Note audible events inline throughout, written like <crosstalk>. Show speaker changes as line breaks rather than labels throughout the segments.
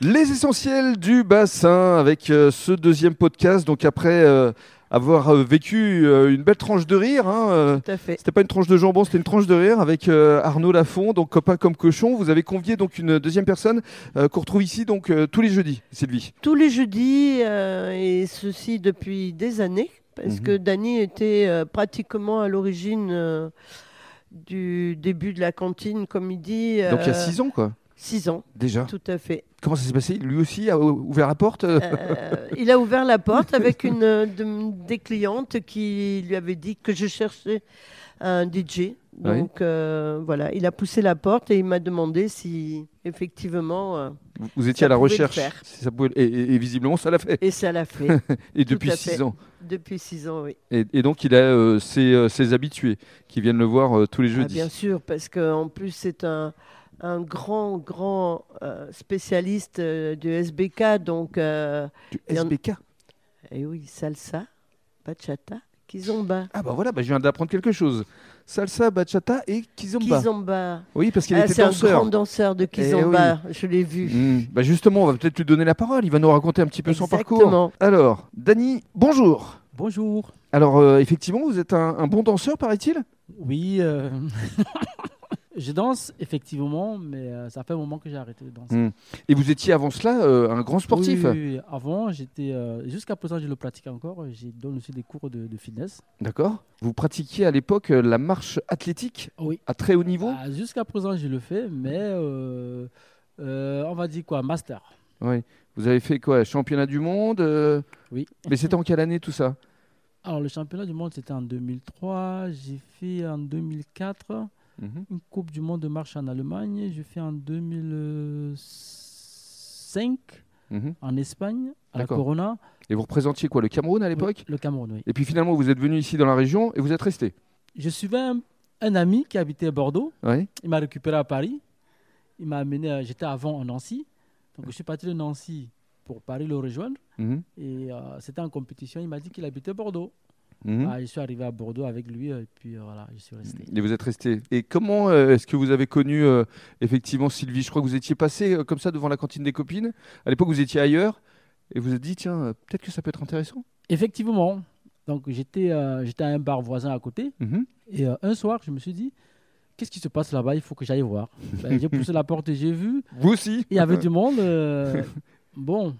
Les essentiels du bassin avec euh, ce deuxième podcast. Donc après euh, avoir euh, vécu euh, une belle tranche de rire, hein, euh,
Tout à fait.
c'était pas une tranche de jambon, c'était une tranche de rire avec euh, Arnaud Lafont, donc copain comme cochon. Vous avez convié donc une deuxième personne euh, qu'on retrouve ici donc euh, tous les jeudis, Sylvie.
Tous les jeudis, euh, et ceci depuis des années, parce
Mhm.
que Dany était euh, pratiquement à l'origine euh, du début de la cantine, comme il dit.
Donc il y a
euh,
six ans Ah. quoi.
six ans,
Déjà.
tout à
<laughs>
fait.
Comment ça s'est passé Lui aussi a ou- ouvert la porte euh,
Euh, il a ouvert la porte avec une euh, de- des clientes qui lui avait dit que je cherchais un DJ. Donc euh, voilà, il a poussé la porte et il m'a demandé si effectivement, euh,
vous- Vous étiez à la
pouvait le
recherche.
faire.
Si ça pouvait- et, et- et visiblement ça l'a fait.
et ça l'a fait
<laughs> Et
Tout
depuis
à
six
fait.
ans.
depuis six ans, oui.
Et, et donc il a euh, ses, euh, ses habitués qui viennent le voir euh, tous les
Ah,
jeudis.
bien sûr, parce qu'en plus, c'est un, un grand, grand euh, spécialiste euh, du SBK. Donc, euh,
Du
Il y en-
SBK.
eh oui, salsa, bachata, kizomba.
Ah bah voilà, bah je viens d'apprendre quelque chose. Salsa, bachata et kizomba.
Kizomba.
Oui, parce qu'il
Ah,
était
c'est un
danseur. Eh
grand danseur de
oui.
kizomba, je l'ai vu.
Hmm, Bah justement, on va peut-être lui donner la parole. Il va nous raconter un petit peu son parcours.
Exactement.
Alors, Dany, bonjour.
Bonjour.
Alors, euh, effectivement, vous êtes un, un bon danseur, paraît-il
Oui, euh, <laughs> je danse effectivement, mais euh, ça fait un moment que j'ai arrêté de danser.
Mm. Et vous étiez avant cela euh, un grand sportif.
Oui, oui, oui. Avant, j'étais euh, jusqu'à présent, je le pratique encore. Je donne aussi des cours de, de fitness.
Ah D'accord. Vous pratiquiez à l'époque euh, la marche athlétique
Oui.
à très haut niveau
Ah, jusqu'à présent, je le fais, mais euh, euh, on va dire quoi, master.
Oui. Vous avez fait quoi Championnat du monde euh,
Oui.
Mais c'était en quelle année tout ça
Alors le championnat du monde c'était en 2003. J'ai fait en 2004 une Coupe du monde de marche en Allemagne. J'ai fait en 2005
Mhm.
en Espagne à la
D'accord.
Corona.
Et vous représentiez quoi Le Cameroun à l'époque
Oui, Le Cameroun, oui.
Et puis finalement, vous êtes venu ici dans la région et vous êtes resté.
Je suivais un, un ami qui habitait à Bordeaux.
Oui.
Il m'a récupéré à Paris. Il m'a amené. à- J'étais avant à Nancy. Donc je suis parti de Nancy pour Paris le rejoindre.
Mhm.
Et euh, c'était en compétition. Il m'a dit qu'il habitait Bordeaux.
Mhm.
Ah, je suis arrivé à Bordeaux avec lui. Et puis euh, voilà, je suis resté.
Et vous êtes resté. Et comment euh, est-ce que vous avez connu euh, effectivement Sylvie Je crois que vous étiez passé euh, comme ça devant la cantine des copines. À l'époque, vous étiez ailleurs et vous vous êtes dit tiens, euh, peut-être que ça peut être intéressant.
Effectivement. Donc j'étais euh, j'étais à un bar voisin à côté.
Mhm.
Et euh, un soir, je me suis dit. Qu'est-ce qui se passe là-bas Il faut que j'aille voir. Ben, j'ai poussé la porte et j'ai vu.
Vous aussi
Il y avait du monde. euh, bon,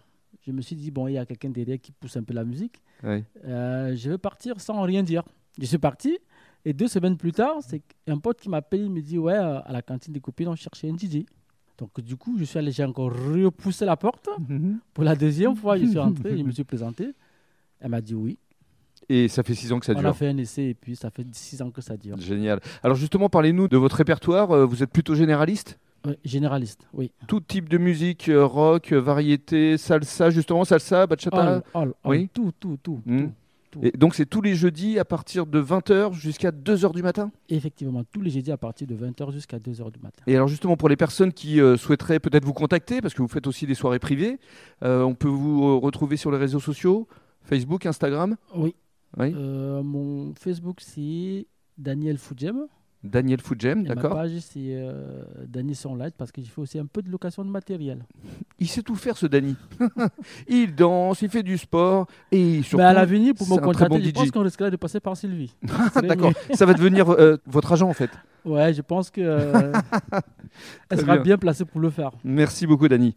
je me suis dit, bon, il y a quelqu'un derrière qui pousse un peu la musique.
Ouais.
Euh, je vais partir sans rien dire. Je suis parti et deux semaines plus tard, c'est un pote qui m'appelle, il me dit ouais, euh, à la cantine des copines, on cherchait un DJ. Donc du coup, je suis allé, j'ai encore repoussé la porte
Mhm.
pour la deuxième fois. Je suis rentré, je me suis présenté. Elle m'a dit oui.
Et ça fait six ans que ça
on a
dure.
fait un essai et puis ça fait six ans que ça dure.
Génial. Alors justement, parlez-nous de votre répertoire. Euh, Vous êtes plutôt généraliste
Ouais, généraliste, oui.
Tout type de musique, euh, rock, euh, variété, salsa, justement, salsa, bachata.
All, all, all,
Oui.
Tout, tout, tout,
Mhm.
tout.
Et donc c'est tous les jeudis à partir de 20h jusqu'à 2h du matin
Effectivement, tous les jeudis à partir de 20h jusqu'à 2h du matin.
Et alors justement pour les personnes qui euh, souhaiteraient peut-être vous contacter, parce que vous faites aussi des soirées privées, euh, on peut vous euh, retrouver sur les réseaux sociaux, Facebook, Instagram,
Oui.
Oui.
Euh, mon Facebook, c'est Daniel Fudjem.
Daniel Foodgem,
Et ma
d'accord
page, c'est euh, Dany Sunlight parce que j'ai fait aussi un peu de location de matériel.
Il sait tout faire ce Dany. <laughs> il danse, il fait du sport, et surtout...
Mais Bah, à l'avenir, pour me
c'est un très
contacter,
bon
je
DJ.
pense qu'on risquerait de passer
<laughs>
par Sylvie. Ce serait
D'accord, ça va devenir euh, votre agent en fait. <laughs>
mieux. Ouais, je pense que euh, elle
Très
sera
bien.
bien placée pour le faire.
Merci beaucoup Dany.